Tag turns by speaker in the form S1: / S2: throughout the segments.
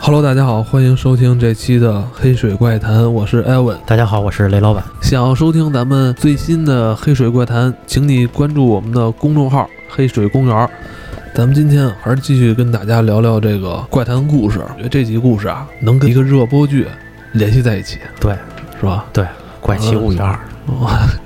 S1: Hello，大家好，欢迎收听这期的《黑水怪谈》，我是艾文。
S2: 大家好，我是雷老板。
S1: 想要收听咱们最新的《黑水怪谈》，请你关注我们的公众号“黑水公园”。咱们今天还是继续跟大家聊聊这个怪谈故事。我觉得这集故事啊，能跟一个热播剧联系在一起，
S2: 对，
S1: 是吧？
S2: 怪奇物语二，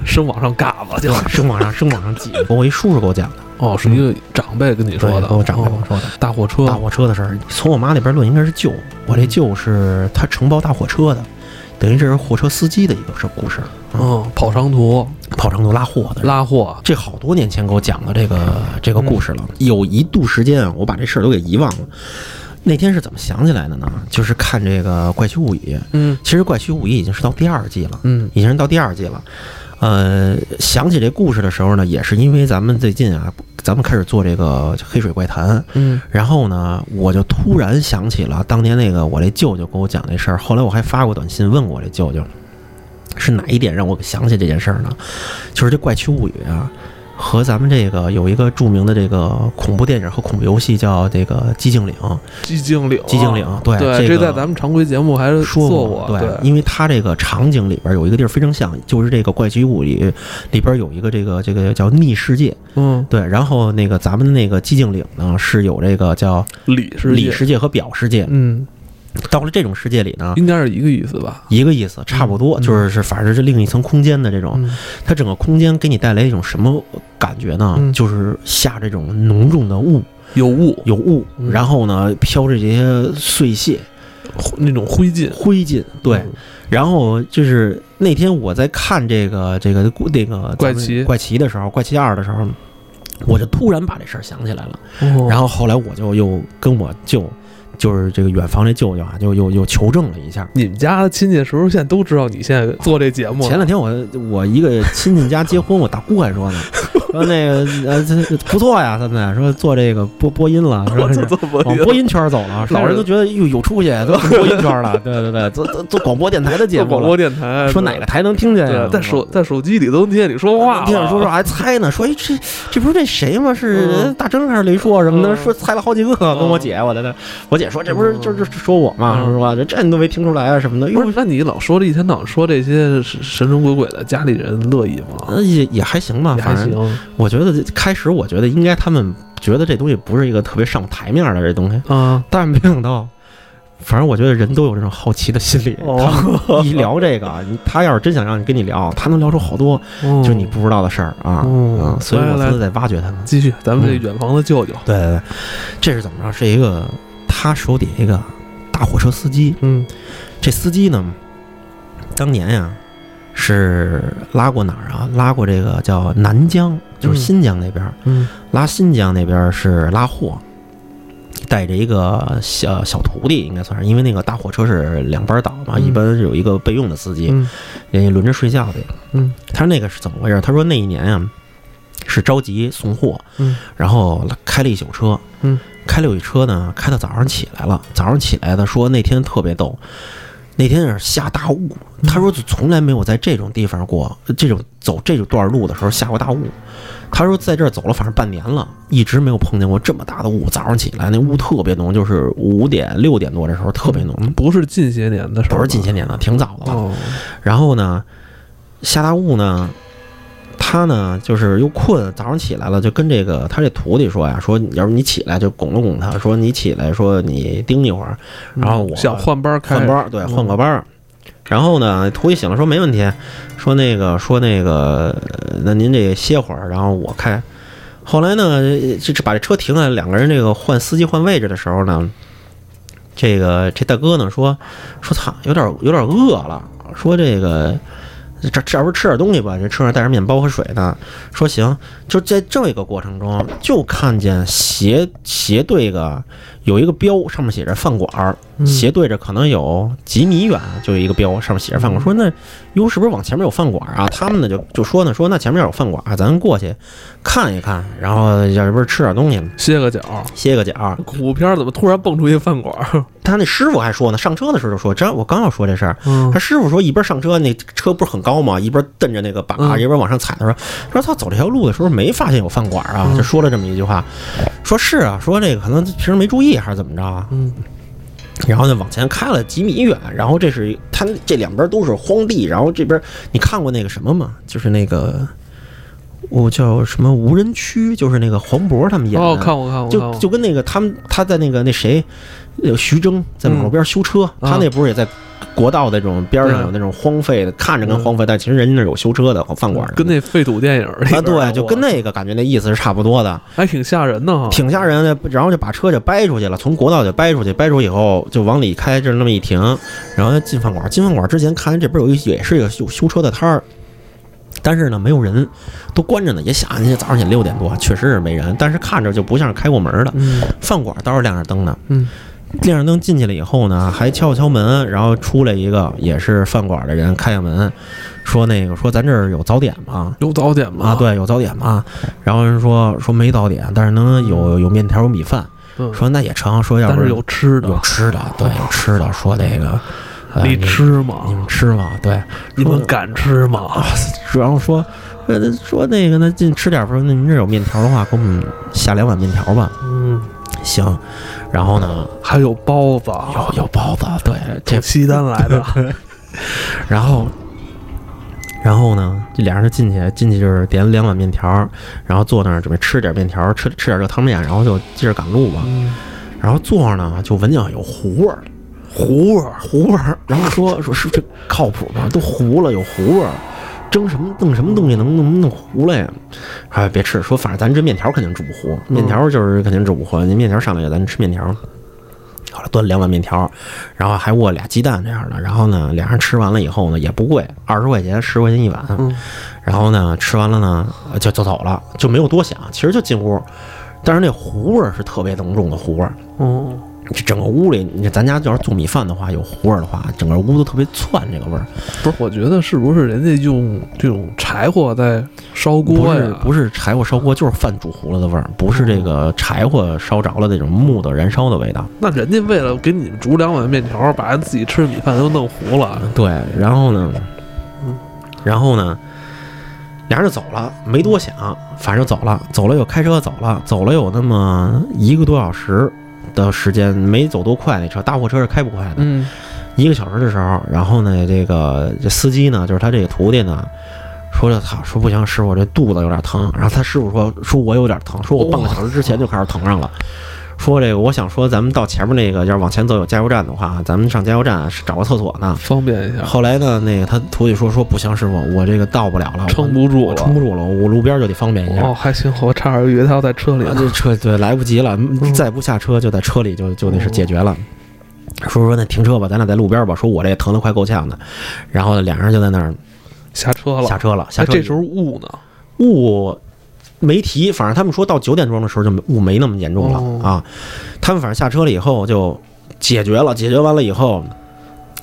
S1: 升往上嘎 巴呃就
S2: 就生往上生往上挤。我一叔叔给我讲的，
S1: 哦，是一个长辈跟你说
S2: 对
S1: 的，
S2: 跟我长辈跟
S1: 哦
S2: 我说的。
S1: 大火车
S2: 大火车的事儿，从我妈那边论应该是舅，我这舅是他承包大火车的，等于这是货车司机的一个事故事，
S1: 嗯，跑长途
S2: 跑长途拉货的。
S1: 拉货，
S2: 这好多年前给我讲的这个这个故事了，
S1: 嗯
S2: 有一度时间啊，我把这事儿都给遗忘了。那天是怎么想起来的呢？就是看这个《怪奇物语》，
S1: 嗯
S2: 其实《怪奇物语》已经是到第二季了，
S1: 嗯
S2: 已经到第二季了。呃，想起这故事的时候呢，也是因为咱们最近啊，咱们开始做这个黑水怪谈，
S1: 嗯
S2: 然后呢，我就突然想起了当年那个我这舅舅跟我讲那事儿，后来我还发过短信问过我这舅舅，是哪一点让我给想起这件事儿呢？就是这《怪奇物语》啊。和咱们这个有一个著名的这个恐怖电影和恐怖游戏叫这个《寂静岭》，
S1: 寂静岭，
S2: 寂静岭，对，
S1: 哦对，
S2: 哎这
S1: 这
S2: 个、
S1: 在咱们常规节目还是
S2: 说
S1: 呃做
S2: 过，
S1: 过，对，
S2: 因为它这个场景里边有一个地儿非常像，就是这个怪奇物里里边有一个这个这个叫逆世界，
S1: 嗯，
S2: 对，然后那个咱们那个寂静岭呢是有这个叫
S1: 理是
S2: 里，世界和表世界，
S1: 嗯，
S2: 到了这种世界里呢。
S1: 应该是一个意思吧？
S2: 一个意思，差不多，
S1: 嗯
S2: 就是是，反正是另一层空间的这种，
S1: 嗯
S2: 它整个空间给你带来一种什么感觉呢？
S1: 嗯
S2: 就是下这种浓重的雾，
S1: 有雾，
S2: 有雾，
S1: 嗯
S2: 然后呢飘着这些碎屑、
S1: 那种灰烬，
S2: 灰烬，对，然后就是那天我在看这个这个故那个
S1: 怪
S2: 咱们
S1: 奇
S2: 怪奇的时候，怪奇二的时候，我就突然把这事儿想起来了。
S1: 嗯，
S2: 然
S1: 后
S2: 后后来我就又跟我舅，就是这个远房这舅舅啊，就又又求证了一下。
S1: 你们家的亲戚是不是现在都知道你现在做这节目了？
S2: 前两天我我一个亲戚家结婚，我大姑 还说呢，说那个呃这这不错呀，现在说做这个播播音 了，说
S1: 我
S2: 是
S1: 操，这么
S2: 往播音圈走了，老人都觉得哟有出息，都成播音圈了，对对对，做做做广播电台的节
S1: 做
S2: 目了，
S1: 广播电台，
S2: 说嗯哪个台能听见呀
S1: 对，？在手在手机里都能听见你说话了，
S2: 听着说说还猜呢，说哎这这不是那谁吗？是
S1: 嗯
S2: 大征还是雷硕什么的？
S1: 嗯
S2: 说猜了好几个，跟我姐我在那，我姐说这不是就就说我嘛，
S1: 嗯
S2: 是吧？这这你都没听出来啊什么的，
S1: 不
S2: 哟
S1: 是，那你老说这一天到晚说这些神神鬼鬼的，家里人乐意吗？
S2: 呃也也还行吧，
S1: 也还
S2: 反
S1: 行
S2: 正，我觉得开始我觉得应该他们觉得这东西不是一个特别上台面的这东西，
S1: 啊，
S2: 但没想到。反正我觉得人都有这种好奇的心理，
S1: 哦
S2: 他们一聊这个，啊你他要是真想让你跟你聊，他能聊出好多
S1: 就
S2: 就你不知道的事儿啊，
S1: 嗯
S2: 嗯，所以
S1: 来
S2: 我
S1: 来
S2: 都在挖掘他们。
S1: 继续，咱们这
S2: 嗯
S1: 远房的舅舅，
S2: 对对对，这是怎么着？是一个他手底下一个大火车司机，
S1: 嗯
S2: 这司机呢，当年呀、是拉过哪儿啊？拉过这个叫南疆，就是新疆那边儿，
S1: 嗯
S2: 拉新疆那边儿是拉货。带着一个小小徒弟，应该算是，因为那个大火车是两班倒嘛，
S1: 嗯
S2: 一般是有一个备用的司机，
S1: 嗯
S2: 人家轮着睡觉的。
S1: 嗯，
S2: 他那个是怎么回事？他说那一年啊，是着急送货，
S1: 嗯
S2: 然后开了一宿车，
S1: 嗯，
S2: 开了一宿车呢，开到早上起来了。早上起来的说那天特别逗，那天是下大雾，他说就从来没有在这种地方过，这种走这种段路的时候下过大雾。他说在这儿走了反正半年了，一直没有碰见过这么大的雾。早上起来那雾特别浓，就是五点六点多的时候特别浓，
S1: 不是近些年的事儿吧，
S2: 不是近些年的，挺早的了。
S1: 哦，
S2: 然后呢，下大雾呢，他呢就是又困，早上起来了，就跟这个他这徒弟说呀，说要不你起来就拱了拱他，说你起来，说你盯一会儿，然后我
S1: 想换班儿开
S2: 换班儿，对，
S1: 嗯
S2: 换个班儿。然后呢，徒弟醒了说没问题，说那个说那个，呃那您这歇会儿，然后我开。后来呢，这这把这车停下来，两个人这个换司机换位置的时候呢，这个这大哥呢说说操，有点有点饿了，说这个这这要不吃点东西吧，这车上带着面包和水呢。说行，就在这个过程中，就看见斜斜对个有一个标，上面写着饭馆儿，
S1: 嗯
S2: 斜对着可能有几米远就有一个标，上面写着饭馆儿。说那哟，是不是往前面有饭馆儿啊？他们呢就就说呢，说那前面有饭馆儿，咱过去看一看，然后要不是吃点东西，
S1: 歇个脚。
S2: 歇个脚。
S1: 恐怖片儿怎么突然蹦出一饭馆儿？
S2: 他那师傅还说呢，上车的时候就说，这我刚要说这事儿，
S1: 嗯
S2: 他师傅说一边上车，那车不是很高吗？一边蹬着那个把，
S1: 嗯
S2: 一边往上踩。他说：“说他走这条路的时候没发现有饭馆啊。
S1: 嗯”
S2: 就说了这么一句话，说是啊，说这个可能平时没注意还是怎么着啊？
S1: 嗯
S2: 然后呢，往前开了几米远，然后这是它这两边都是荒地，然后这边你看过那个什么吗？就是那个我叫什么无人区，就是那个黄渤他们演的，
S1: 哦，看过看过，看
S2: 就
S1: 过
S2: 就跟那个他们他在那个那谁，呃徐峥在马路边修车，
S1: 嗯啊
S2: 他那不是也在国道的这种边上有那种荒废的，看着跟荒废，但其实人家那儿有修车的饭馆儿
S1: 跟那废土电影里边
S2: 啊，
S1: 儿
S2: 对，就跟那个感觉那意思是差不多的，
S1: 还挺吓人的哈，
S2: 挺吓人的。然后就把车就掰出去了，从国道就掰出去，掰出以后就往里开，就那么一停，然后进饭馆。进饭馆之前看见这边有一也是一个修修车的摊儿，但是呢没有人，都关着呢。也下去早上也六点多，确实是没人，但是看着就不像是开过门的。
S1: 嗯
S2: 饭馆倒是亮着灯呢，
S1: 嗯，
S2: 亮着灯进去了以后呢，还敲了敲门，然后出来一个也是饭馆的人开下门，说那个说咱这儿有早点吗？
S1: 有早点吗？
S2: 啊，，对，有早点吗？然后人说说没早点，但是能有有面条有米饭，
S1: 嗯，
S2: 说那也成，说要
S1: 但
S2: 不
S1: 是
S2: 然
S1: 有吃的哦
S2: 有，吃的，对，有吃的，说那个，呃、
S1: 你
S2: 你
S1: 吃
S2: 你
S1: 吗？
S2: 们吃吗？对，
S1: 你
S2: 说啊
S1: 们敢吃吗？
S2: 然后说。呃，说那个，那进吃点儿。说那您这有面条的话，给我们下两碗面条吧。
S1: 嗯，
S2: 行，然后呢，
S1: 还有哦包子，
S2: 有有包子，对，这
S1: 从西单来 的，
S2: 然后，然后呢，这俩人就进去，进去就是点了两碗面条，然后坐那儿准备吃点面条，吃吃点热汤面，然后就接着赶路吧。
S1: 嗯，
S2: 然后坐上呢，就闻见有糊味儿，
S1: 糊味儿，
S2: 糊味儿。然后说说是这靠谱吗？都糊了，有糊味儿。蒸什么弄什么东西能能弄糊了呀？哎，别吃，说反正咱这面条肯定煮不糊，面条就是肯定煮不糊。你面条上来，咱吃面条。好了，端两碗面条，然后还握俩鸡蛋这样的。然后呢，俩人吃完了以后呢，也不贵，二十块钱、十块钱一碗。
S1: 嗯
S2: 然后呢，吃完了呢，呃就就走了，就没有多想，其实就进屋。但是那糊味儿是特别浓重的糊味儿，
S1: 嗯，
S2: 这整个屋里，你咱家要是做米饭的话，有糊味儿的话，整个屋都特别窜这个味儿。
S1: 不是，我觉得是不是人家用这种柴火在烧
S2: 不
S1: 锅
S2: 是
S1: 呀？
S2: 不是柴火烧锅，就是饭煮糊了的味儿，不是这个柴火烧着了那种木头燃烧的味道。
S1: 那人家为了给你们煮两碗面条，把人自己吃的米饭都弄糊了，
S2: 对，然后呢，然后呢，俩人就走了，没多想，反正就走了，走了又开车走了，走了有那么一个多小时的时间，没走多快那车，大货车是开不快的。
S1: 嗯，
S2: 一个小时的时候，然后呢，这个这司机呢，就是他这个徒弟呢，说这操，说不行，师傅这肚子有点疼。然后他师傅说，说我有点疼，说我半个小时之前就开始疼上了。说这个，我想说，咱们到前面那个，要是往前走有加油站的话，咱们上加油站找个厕所呢。
S1: 方便一下，
S2: 后来呢，那个他徒弟说说不行，师傅，我这个到不了了，
S1: 撑
S2: 不
S1: 不住
S2: 我撑
S1: 了。
S2: 不住了，我路边就得方便一下。
S1: 哦，还行，我差点以为他要在车里
S2: 啊，
S1: 呢。
S2: 这车对来不及了，
S1: 嗯
S2: 再不下车就在车里就就那是解决了。说说那停车吧，咱俩在路边吧。说我这疼得快够呛的，然后俩人就在那儿
S1: 下车了
S2: 下，车了。下
S1: 哎
S2: 车
S1: 这时候雾呢，
S2: 雾没提，反正他们说到九点钟的时候就没雾没那么严重了、
S1: 哦
S2: 啊。他们反正下车了以后就解决了，解决完了以后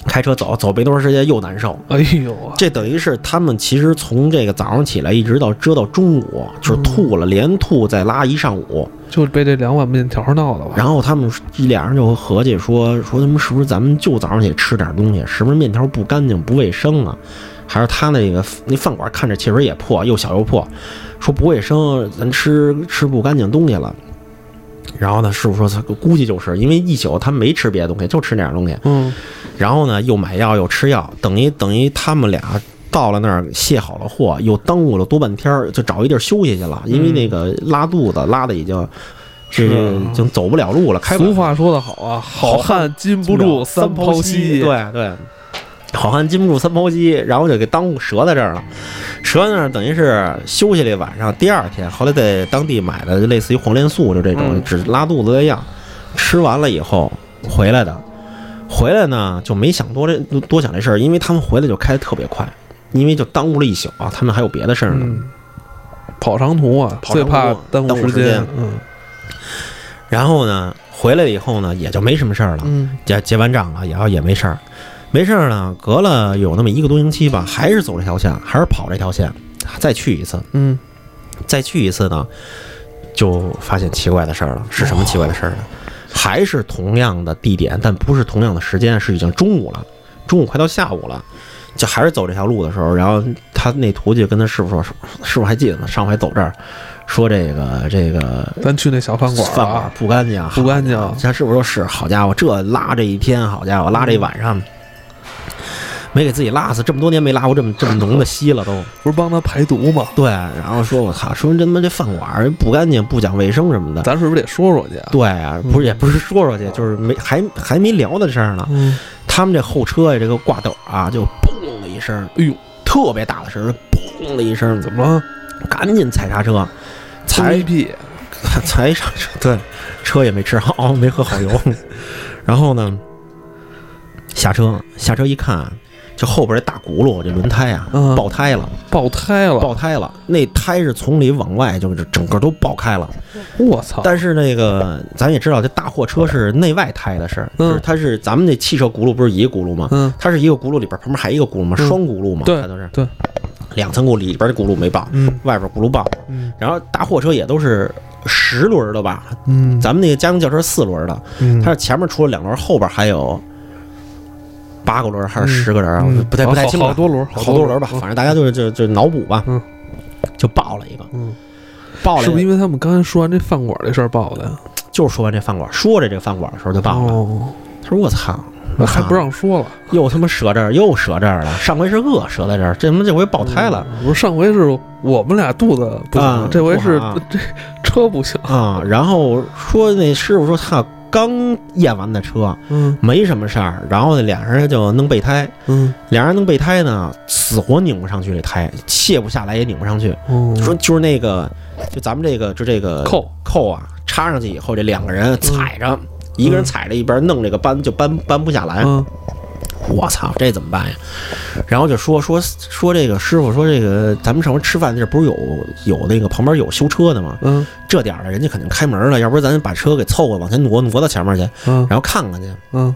S2: 开车走，走没多长时间又难受。
S1: 哎呦啊，
S2: 这等于是他们其实从这个早上起来一直到折到中午，就是吐了，连吐再拉一上午。
S1: 就被这两碗面条闹的吧？
S2: 然后他们俩人就合计说说他们是不是咱们就早上起吃点东西，是不是面条不干净不卫生啊？还是他那个那饭馆看着确实也破，又小又破，说不卫生，咱吃吃不干净东西了。然后呢，师傅说他估计就是因为一宿他没吃别的东西，就吃那点东西。
S1: 嗯，
S2: 然后呢，又买药又吃药，等于等于他们俩到了那儿卸好了货，又耽误了多半天儿，就找一地儿休息去了，因为那个拉肚子拉的已经。这
S1: 是
S2: 已经走不了路了，开不了
S1: 俗话说得好啊，好汉禁不住三泡稀。
S2: 对对，好汉禁不住三泡稀，然后就给耽误折在这儿了。折在那儿等于是休息了一晚上，第二天后来在当地买的类似于黄连素，就这种、
S1: 嗯
S2: 只拉肚子的药，吃完了以后回来的。回来呢就没想多这多想这事儿，因为他们回来就开得特别快，因为就耽误了一宿啊，他们还有别的事儿呢。
S1: 嗯，跑长途啊，
S2: 跑
S1: 最
S2: 长途
S1: 怕耽
S2: 耽误
S1: 误
S2: 时间
S1: 间。嗯
S2: 然后呢，回来以后呢也就没什么事儿了。
S1: 嗯，
S2: 结结完账了，然后也没事儿，没事儿呢，隔了有那么一个多星期吧，还是走这条线，还是跑这条线，再去一次，
S1: 嗯，
S2: 再去一次呢，就发现奇怪的事儿了，是什么奇怪的事儿呢？还是同样的地点，但不是同样的时间，是已经中午了，中午快到下午了。就还是走这条路的时候，然后他那徒弟跟他师傅说：“师傅还记得吗？上回走这儿，说这个这个
S1: 咱去那小饭馆
S2: 饭
S1: 儿
S2: 馆
S1: 啊，
S2: 不干净，
S1: 不干净
S2: 他是不是说是？好家伙，这拉这一天，好家伙，拉这一晚上，没给自己拉死，这么多年没拉过这么这么浓的稀了都。
S1: 不是帮他排毒吗？
S2: 对，然后说我操，说这他妈这饭馆儿不干净，不讲卫生什么的。
S1: 咱是不是得说说去啊？
S2: 对啊，不是也不是说说去，就是没还还没聊的事儿呢。
S1: 嗯，
S2: 他们这后车呀，这个挂斗啊，就嘣的一声，
S1: 哎呦，
S2: 特别大的声儿，嘣的一声，
S1: 怎么了？
S2: 赶紧踩刹车，
S1: 踩
S2: 踩
S1: 一屁，
S2: 才上车，对，车也没吃好， 没喝好油。然后呢，下车下车一看，就后边这大轱辘这轮胎啊
S1: 嗯，
S2: 爆胎了，
S1: 爆胎了！
S2: 爆胎了，那胎是从里往外就是整个都爆开了。
S1: 我操！
S2: 但是那个咱也知道，这大货车是内外胎的事儿，
S1: 嗯
S2: 就是它是咱们那汽车轱辘不是一个轱辘吗？
S1: 嗯，
S2: 它是一个轱辘里边旁边还一个轱辘嘛，
S1: 嗯
S2: 双轱辘嘛，
S1: 对
S2: 它都是
S1: 对
S2: 两层轱辘，里边的轱辘没爆，
S1: 嗯
S2: 外边轱辘爆。
S1: 嗯
S2: 然后大货车也都是十轮儿的吧，
S1: 嗯，
S2: 咱们那个家用轿车四轮的，
S1: 嗯
S2: 它是前面除了两轮，后边还有八个轮还是十个人啊，
S1: 嗯
S2: 我不太不太
S1: 好
S2: 清
S1: 好
S2: 了，
S1: 多轮儿，
S2: 好多轮吧，
S1: 嗯
S2: 反正大家就是就就脑补吧
S1: 嗯，
S2: 就爆了一个，
S1: 嗯，
S2: 爆了
S1: 是不是
S2: 一
S1: 因
S2: 个，
S1: 为他们刚才说完这饭馆这事儿爆的呀？
S2: 就是说完这饭馆，说着这饭馆的时候就爆了，
S1: 哦，
S2: 他说我操，我
S1: 还
S2: 操
S1: 不让说了，
S2: 又他妈折这儿，又折这儿了，上回是饿折在这儿，这他妈这回爆胎了。
S1: 嗯。不是上回是我们俩肚子不
S2: 啊
S1: 行，这回是
S2: 不好啊
S1: 这车不行。
S2: 啊，然后说那师傅说他刚验完的车
S1: 嗯
S2: 没什么事儿，然后那俩人就弄备胎，
S1: 嗯
S2: 俩人弄备胎呢，死活拧不上去这胎，卸不下来也拧不上去。
S1: 哦，
S2: 说就是那个，就咱们这个就这个
S1: 扣
S2: 扣啊，插上去以后，这两个人踩着，一个人踩着一边弄这个搬就搬搬不下来。
S1: 嗯
S2: 我操，这怎么办呀？然后就说说说这个师傅说这个咱们上回吃饭那不是有有那个旁边有修车的吗？
S1: 嗯
S2: 这点儿了人家肯定开门了，要不然咱把车给凑合往前挪挪到前面去，
S1: 嗯
S2: 然后看看去。
S1: 嗯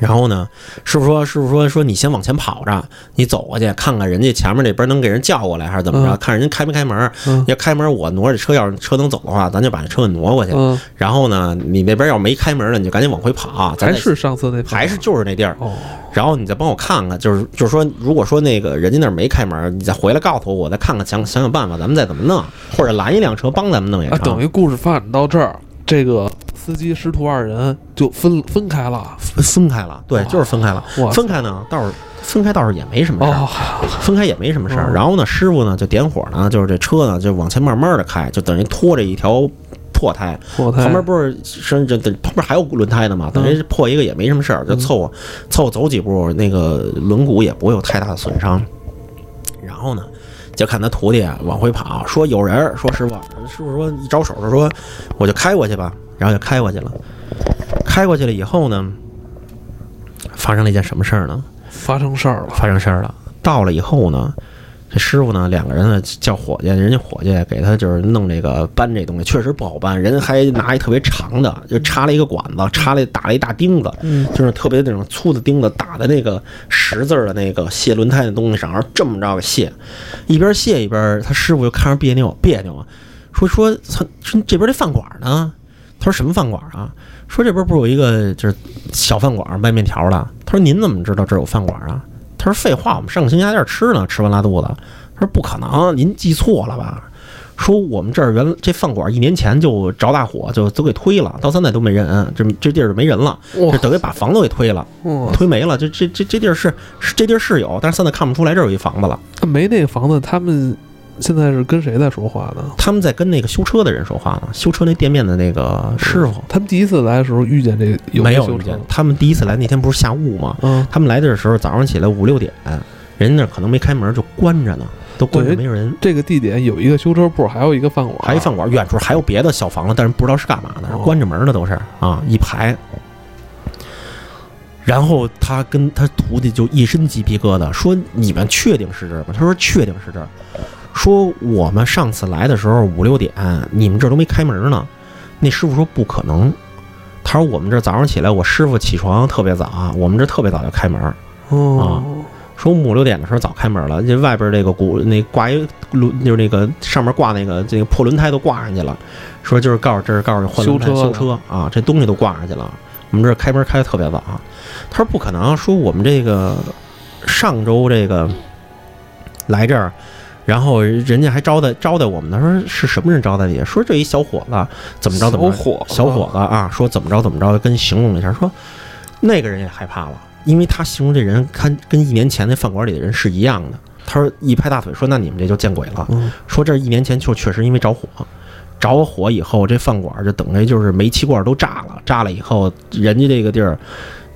S2: 然后呢，师傅说，师傅说，说你先往前跑着，你走过去看看人家前面那边能给人叫过来还是怎么着，
S1: 嗯
S2: 看人家开没开门。
S1: 嗯
S2: 要开门，我挪着车，要是车能走的话，咱就把这车给挪过去。
S1: 嗯，
S2: 然后呢，你那边要没开门了，你就赶紧往回跑啊。咱
S1: 还
S2: 再
S1: 是上次那饭馆
S2: 还是就是那地儿，
S1: 哦，
S2: 然后你再帮我看看，就是就是说，如果说那个人家那儿没开门，你再回来告诉我，我再看看想想想办法，咱们再怎么弄，或者拦一辆车帮咱们弄也
S1: 啊，
S2: 成。
S1: 等于故事发展到这儿，这个司机师徒二人就分分开了。
S2: 分开了，对，
S1: 哇
S2: 就是分开了。
S1: 哇
S2: 分开呢，倒是分开倒是也没什么事儿，
S1: 哦，
S2: 分开也没什么事儿。
S1: 哦
S2: 然后呢，师傅呢就点火呢，就是这车呢就往前慢慢的开，就等于拖着一条破胎，
S1: 我
S2: 旁
S1: 太
S2: 边不是是这旁边还有轮胎呢嘛，等于破一个也没什么事儿，就凑合凑合走几步，那个轮毂也不会有太大的损伤。然后呢，就看他徒弟啊往回跑，说有人儿，说师傅，师傅说一招手就说我就开过去吧，然后就开过去了。开过去了以后呢，发生了一件什么事儿呢？
S1: 发生事儿了。
S2: 发生事儿了。到了以后呢，这师傅呢，两个人呢叫伙计，人家伙计啊给他就是弄这个搬这东西，确实不好搬，人还拿一特别长的，就插了一个管子，插了打了一大钉子，
S1: 嗯
S2: 就是特别那种粗的钉子打在那个十字儿的那个卸轮胎的东西上，然后这么着给卸，一边卸一边他师傅就看着别扭别扭啊，说说操，说这边这饭馆呢？他说什么饭馆啊？说这边不是有一个就是小饭馆卖面条的？他说您怎么知道这儿有饭馆啊？他说废话，我们上个星期还在这儿吃呢，吃完拉肚子。他说不可能，您记错了吧？说我们这儿原来这饭馆一年前就着大火，就都给推了，到现在都没人，这这地儿就没人了。
S1: 哇
S2: 这等于把房子给推了，
S1: 哇，
S2: 推没了。这这这这地儿是是这地儿是有，但是现在看不出来这儿有一房子了。
S1: 那没那个房子，他们现在是跟谁在说话呢？
S2: 他们在跟那个修车的人说话呢，修车那店面的那个师傅
S1: 他们第一次来的时候遇见这嗯有
S2: 没
S1: 没
S2: 有
S1: 修
S2: 遇
S1: 车
S2: 见
S1: 的。
S2: 他们第一次来那天不是下雾吗？
S1: 嗯，
S2: 他们来的时候早上起来五六点，人家那儿可能没开门就关着呢，都关着
S1: 对
S2: 没人。
S1: 这个地点有一个修车铺，还有一个饭馆，
S2: 还有一饭馆，远处还有别的小房子，但是不知道是干嘛的，
S1: 啊哦
S2: 关着门的都是啊，一排。然后他跟他徒弟就一身鸡皮疙瘩，说：“你们确定是这儿吗？”他说：“确定是这儿。”说：“我们上次来的时候五六点，你们这儿都没开门呢。”那师傅说：“不可能。”他说：“我们这儿早上起来，我师傅起床特别早啊，我们这儿特别早就开门。啊
S1: 哦，
S2: 说五六点的时候早开门了，这外边这个鼓那挂一轮，就是那个上面挂那个这个破轮胎都挂上去了，说就是告诉这是告诉换轮胎
S1: 修车
S2: 修
S1: 的
S2: 车啊，这东西都挂上去了。我们这开门开的特别早，啊他说不可能，说我们这个上周这个来这儿然后人家还招待招待我们呢，说是什么人招待你？说这一小伙子怎么着怎么着
S1: 小伙
S2: 小伙子啊，说怎么着怎么着，跟形容了一下，说那个人也害怕了，因为他形容这人看跟一年前那饭馆里的人是一样的。他说一拍大腿说：“那你们这就见鬼了！”
S1: 嗯
S2: 说这一年前就确实因为着火，着火以后这饭馆就等于就是煤气罐都炸了，炸了以后人家这个地儿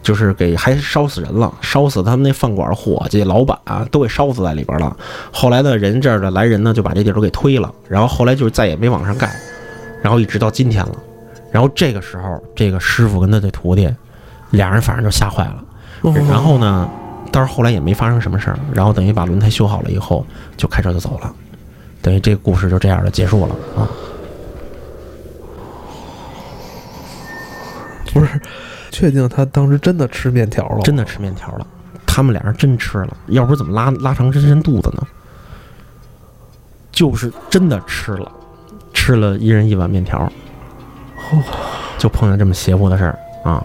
S2: 就是给还烧死人了，烧死他们那饭馆伙计、老板、啊都给烧死在里边了。后来呢，人这儿的来人呢就把这地儿都给推了，然后后来就是再也没往上盖，然后一直到今天了。然后这个时候，这个师傅跟他这徒弟俩人反正就吓坏了。
S1: 哦
S2: 然后呢，但是后来也没发生什么事儿，然后等于把轮胎修好了以后，就开车就走了，等于这个故事就这样的结束了啊。
S1: 不是确定他当时真的吃面条了，
S2: 真的吃面条了，他们俩人真吃了，要不怎么拉拉长这身肚子呢？就是真的吃了，吃了一人一碗面条，哦就碰见这么邪乎的事儿啊，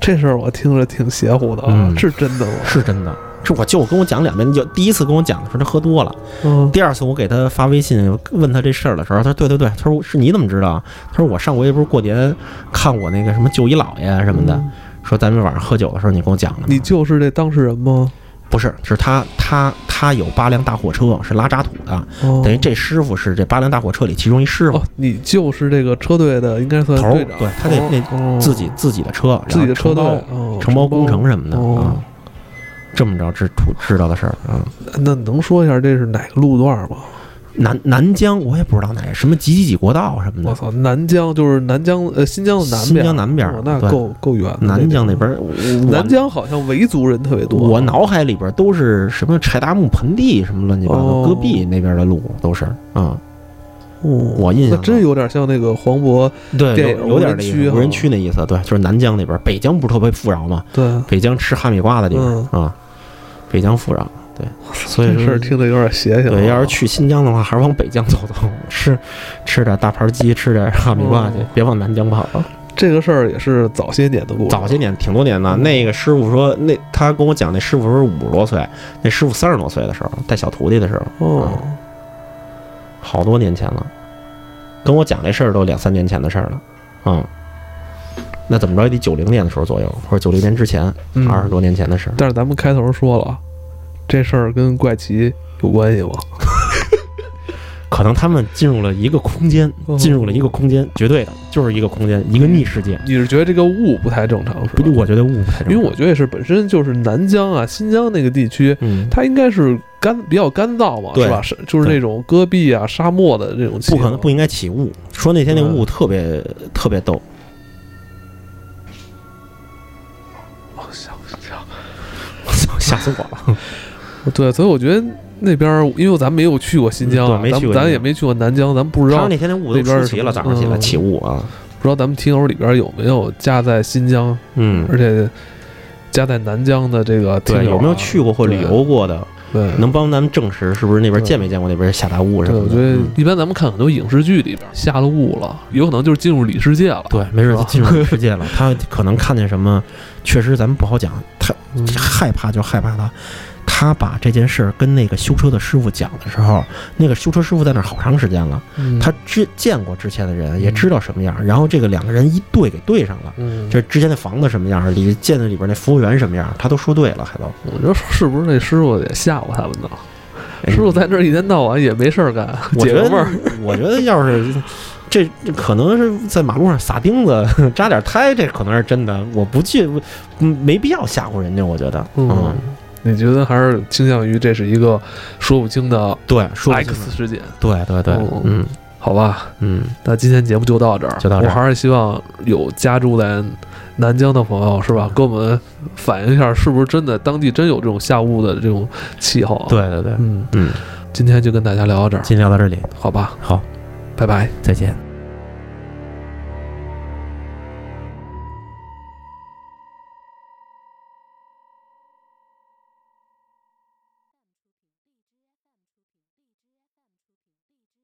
S1: 这事儿我听着挺邪乎的啊，
S2: 嗯
S1: 是真的吗？
S2: 是真的。这我就我跟我讲两遍，就第一次跟我讲的时候他喝多了，
S1: 嗯，
S2: 第二次我给他发微信问他这事儿的时候，他说：“对对对，他说是你怎么知道？他说我上回不是过年看我那个什么舅姨姥爷什么的，
S1: 嗯
S2: 说咱们晚上喝酒的时候你跟我讲的吗。
S1: 你就是这当事人吗？
S2: 不是，是他他他有八辆大货车是拉渣土的，
S1: 哦
S2: 等于这师傅是这八辆大货车里其中一师傅
S1: 哦，，你就是这个车队的，应该算
S2: 头儿
S1: 队长，
S2: 对他得那
S1: 那
S2: 自己自己的车，
S1: 自己的
S2: 然
S1: 车
S2: 后承
S1: 队
S2: 包，
S1: 哦
S2: 承包工程什么的
S1: 哦
S2: 啊。这么着知土知道的事儿啊，
S1: 那能说一下这是哪个路段吗？
S2: 南南疆我也不知道哪什么几几几国道什么
S1: 我
S2: 的，
S1: 操，南疆就是南疆呃新疆的南边，
S2: 嗯新疆南边
S1: 哦那
S2: 对
S1: 够够远的。
S2: 南疆那
S1: 这地
S2: 边儿，我
S1: 方，
S2: 我
S1: 南疆好像维族人特别多。哦
S2: 我脑海里边都是什么柴达木盆地什么乱七八糟，
S1: 哦
S2: 戈壁那边的路都是啊，
S1: 哦，
S2: 我印
S1: 那
S2: 象
S1: 真有点像那个黄渤，
S2: 对
S1: 对
S2: 有有点那
S1: 无人区
S2: 个
S1: 哈
S2: 无人区那意思，对，就是南疆那边，北疆不是特别富饶嘛，
S1: 对，
S2: 北疆吃哈密瓜的地方啊，北疆富饶，对，所以
S1: 嗯这事
S2: 说
S1: 儿听着有点邪性啊。
S2: 对，要是去新疆的话，还是往北疆走走，吃吃点大盘鸡，吃点哈密瓜去
S1: 哦，
S2: 别往南疆跑了。
S1: 这个事儿也是早些年的故事，
S2: 早些年挺多年的，那个师傅说，那他跟我讲，那师傅说五十多岁，那师傅三十多岁的时候，带小徒弟的时候。
S1: 哦，
S2: 好多年前了，跟我讲这事儿都两三年前的事儿了，嗯，那怎么着也得九零年的时候左右，或者九零年之前，
S1: 嗯
S2: 二十多年前的事儿。
S1: 但是咱们开头说了，这事儿跟怪奇有关系吗？
S2: 可能他们进入了一个空间，
S1: 哦
S2: 进入了一个空间，绝对的就是一个空间，一个逆世界。
S1: 你是觉得这个雾不太正常是
S2: 不
S1: 吧？，
S2: 我觉得误会，
S1: 因为我觉得也是，本身就是南疆啊、新疆那个地区，
S2: 嗯，
S1: 它应该是干比较干燥嘛，
S2: 对
S1: 是吧？是就是
S2: 对
S1: 那种戈壁啊、沙漠的这种气
S2: 不
S1: 候，
S2: 可能不应该起雾。说那天那
S1: 嗯
S2: 雾特别特别逗，我操， 吓死我了。
S1: 对，所以我觉得那边儿，因为咱没有去过新疆啊，
S2: 对没去
S1: 咱们
S2: 过新
S1: 咱
S2: 疆
S1: 也没去过南疆，咱不知
S2: 他
S1: 道
S2: 那天那雾都
S1: 那边
S2: 出
S1: 儿
S2: 奇
S1: 什
S2: 了，
S1: 么
S2: 早上起来
S1: 嗯
S2: 起雾啊，
S1: 不知道咱们听友里边有没有家在新疆，
S2: 嗯，
S1: 而且家在南疆的这个听友、啊
S2: 对，有没有？去过或旅游过的，
S1: 对，
S2: 能帮咱们证实是不是那边见没见过那边下大雾什
S1: 对，
S2: 么
S1: 我
S2: 的？
S1: 觉得
S2: 嗯
S1: 一般咱们看很多影视剧里边下了雾了，有可能就是进入里世界了。
S2: 对，没准
S1: 是
S2: 他
S1: 吧
S2: 进入世界了， 他可能看见什么，确实咱们不好讲。他
S1: 嗯
S2: 害怕就害怕他，他把这件事儿跟那个修车的师傅讲的时候，那个修车师傅在那儿好长时间了，
S1: 嗯
S2: 他之见过之前的人，也
S1: 嗯
S2: 知道什么样，然后这个两个人一对给对上了。
S1: 嗯，
S2: 这之前的房子什么样，里见的里边那服务员什么样，他都说对了，还都。
S1: 我觉得是不是那师傅也吓唬他们呢？
S2: 哎
S1: 师傅在那儿一天到晚也没事儿干，
S2: 我
S1: 解
S2: 觉
S1: 个
S2: 得
S1: 闷儿。
S2: 我觉得要是这这可能是在马路上撒钉子、 扎点胎，这可能是真的。我不去，嗯没必要吓唬人家。我觉得，嗯，，
S1: 你觉得还是倾向于这是一个说不清的
S2: 对，说不清
S1: X 事件？
S2: 对对对
S1: 哦，
S2: 嗯
S1: 好吧，
S2: 嗯，
S1: 那今天节目就到这儿，
S2: 就到这儿
S1: 我还是希望有家住在南疆的朋友是吧，给我们反映一下，是不是真的当地真有这种下雾的这种气候啊？，
S2: 对对对，
S1: 嗯
S2: 嗯，
S1: 今天就跟大家聊到这儿，
S2: 今天聊到这里，
S1: 好吧，
S2: 好，
S1: 拜拜。
S2: 再见。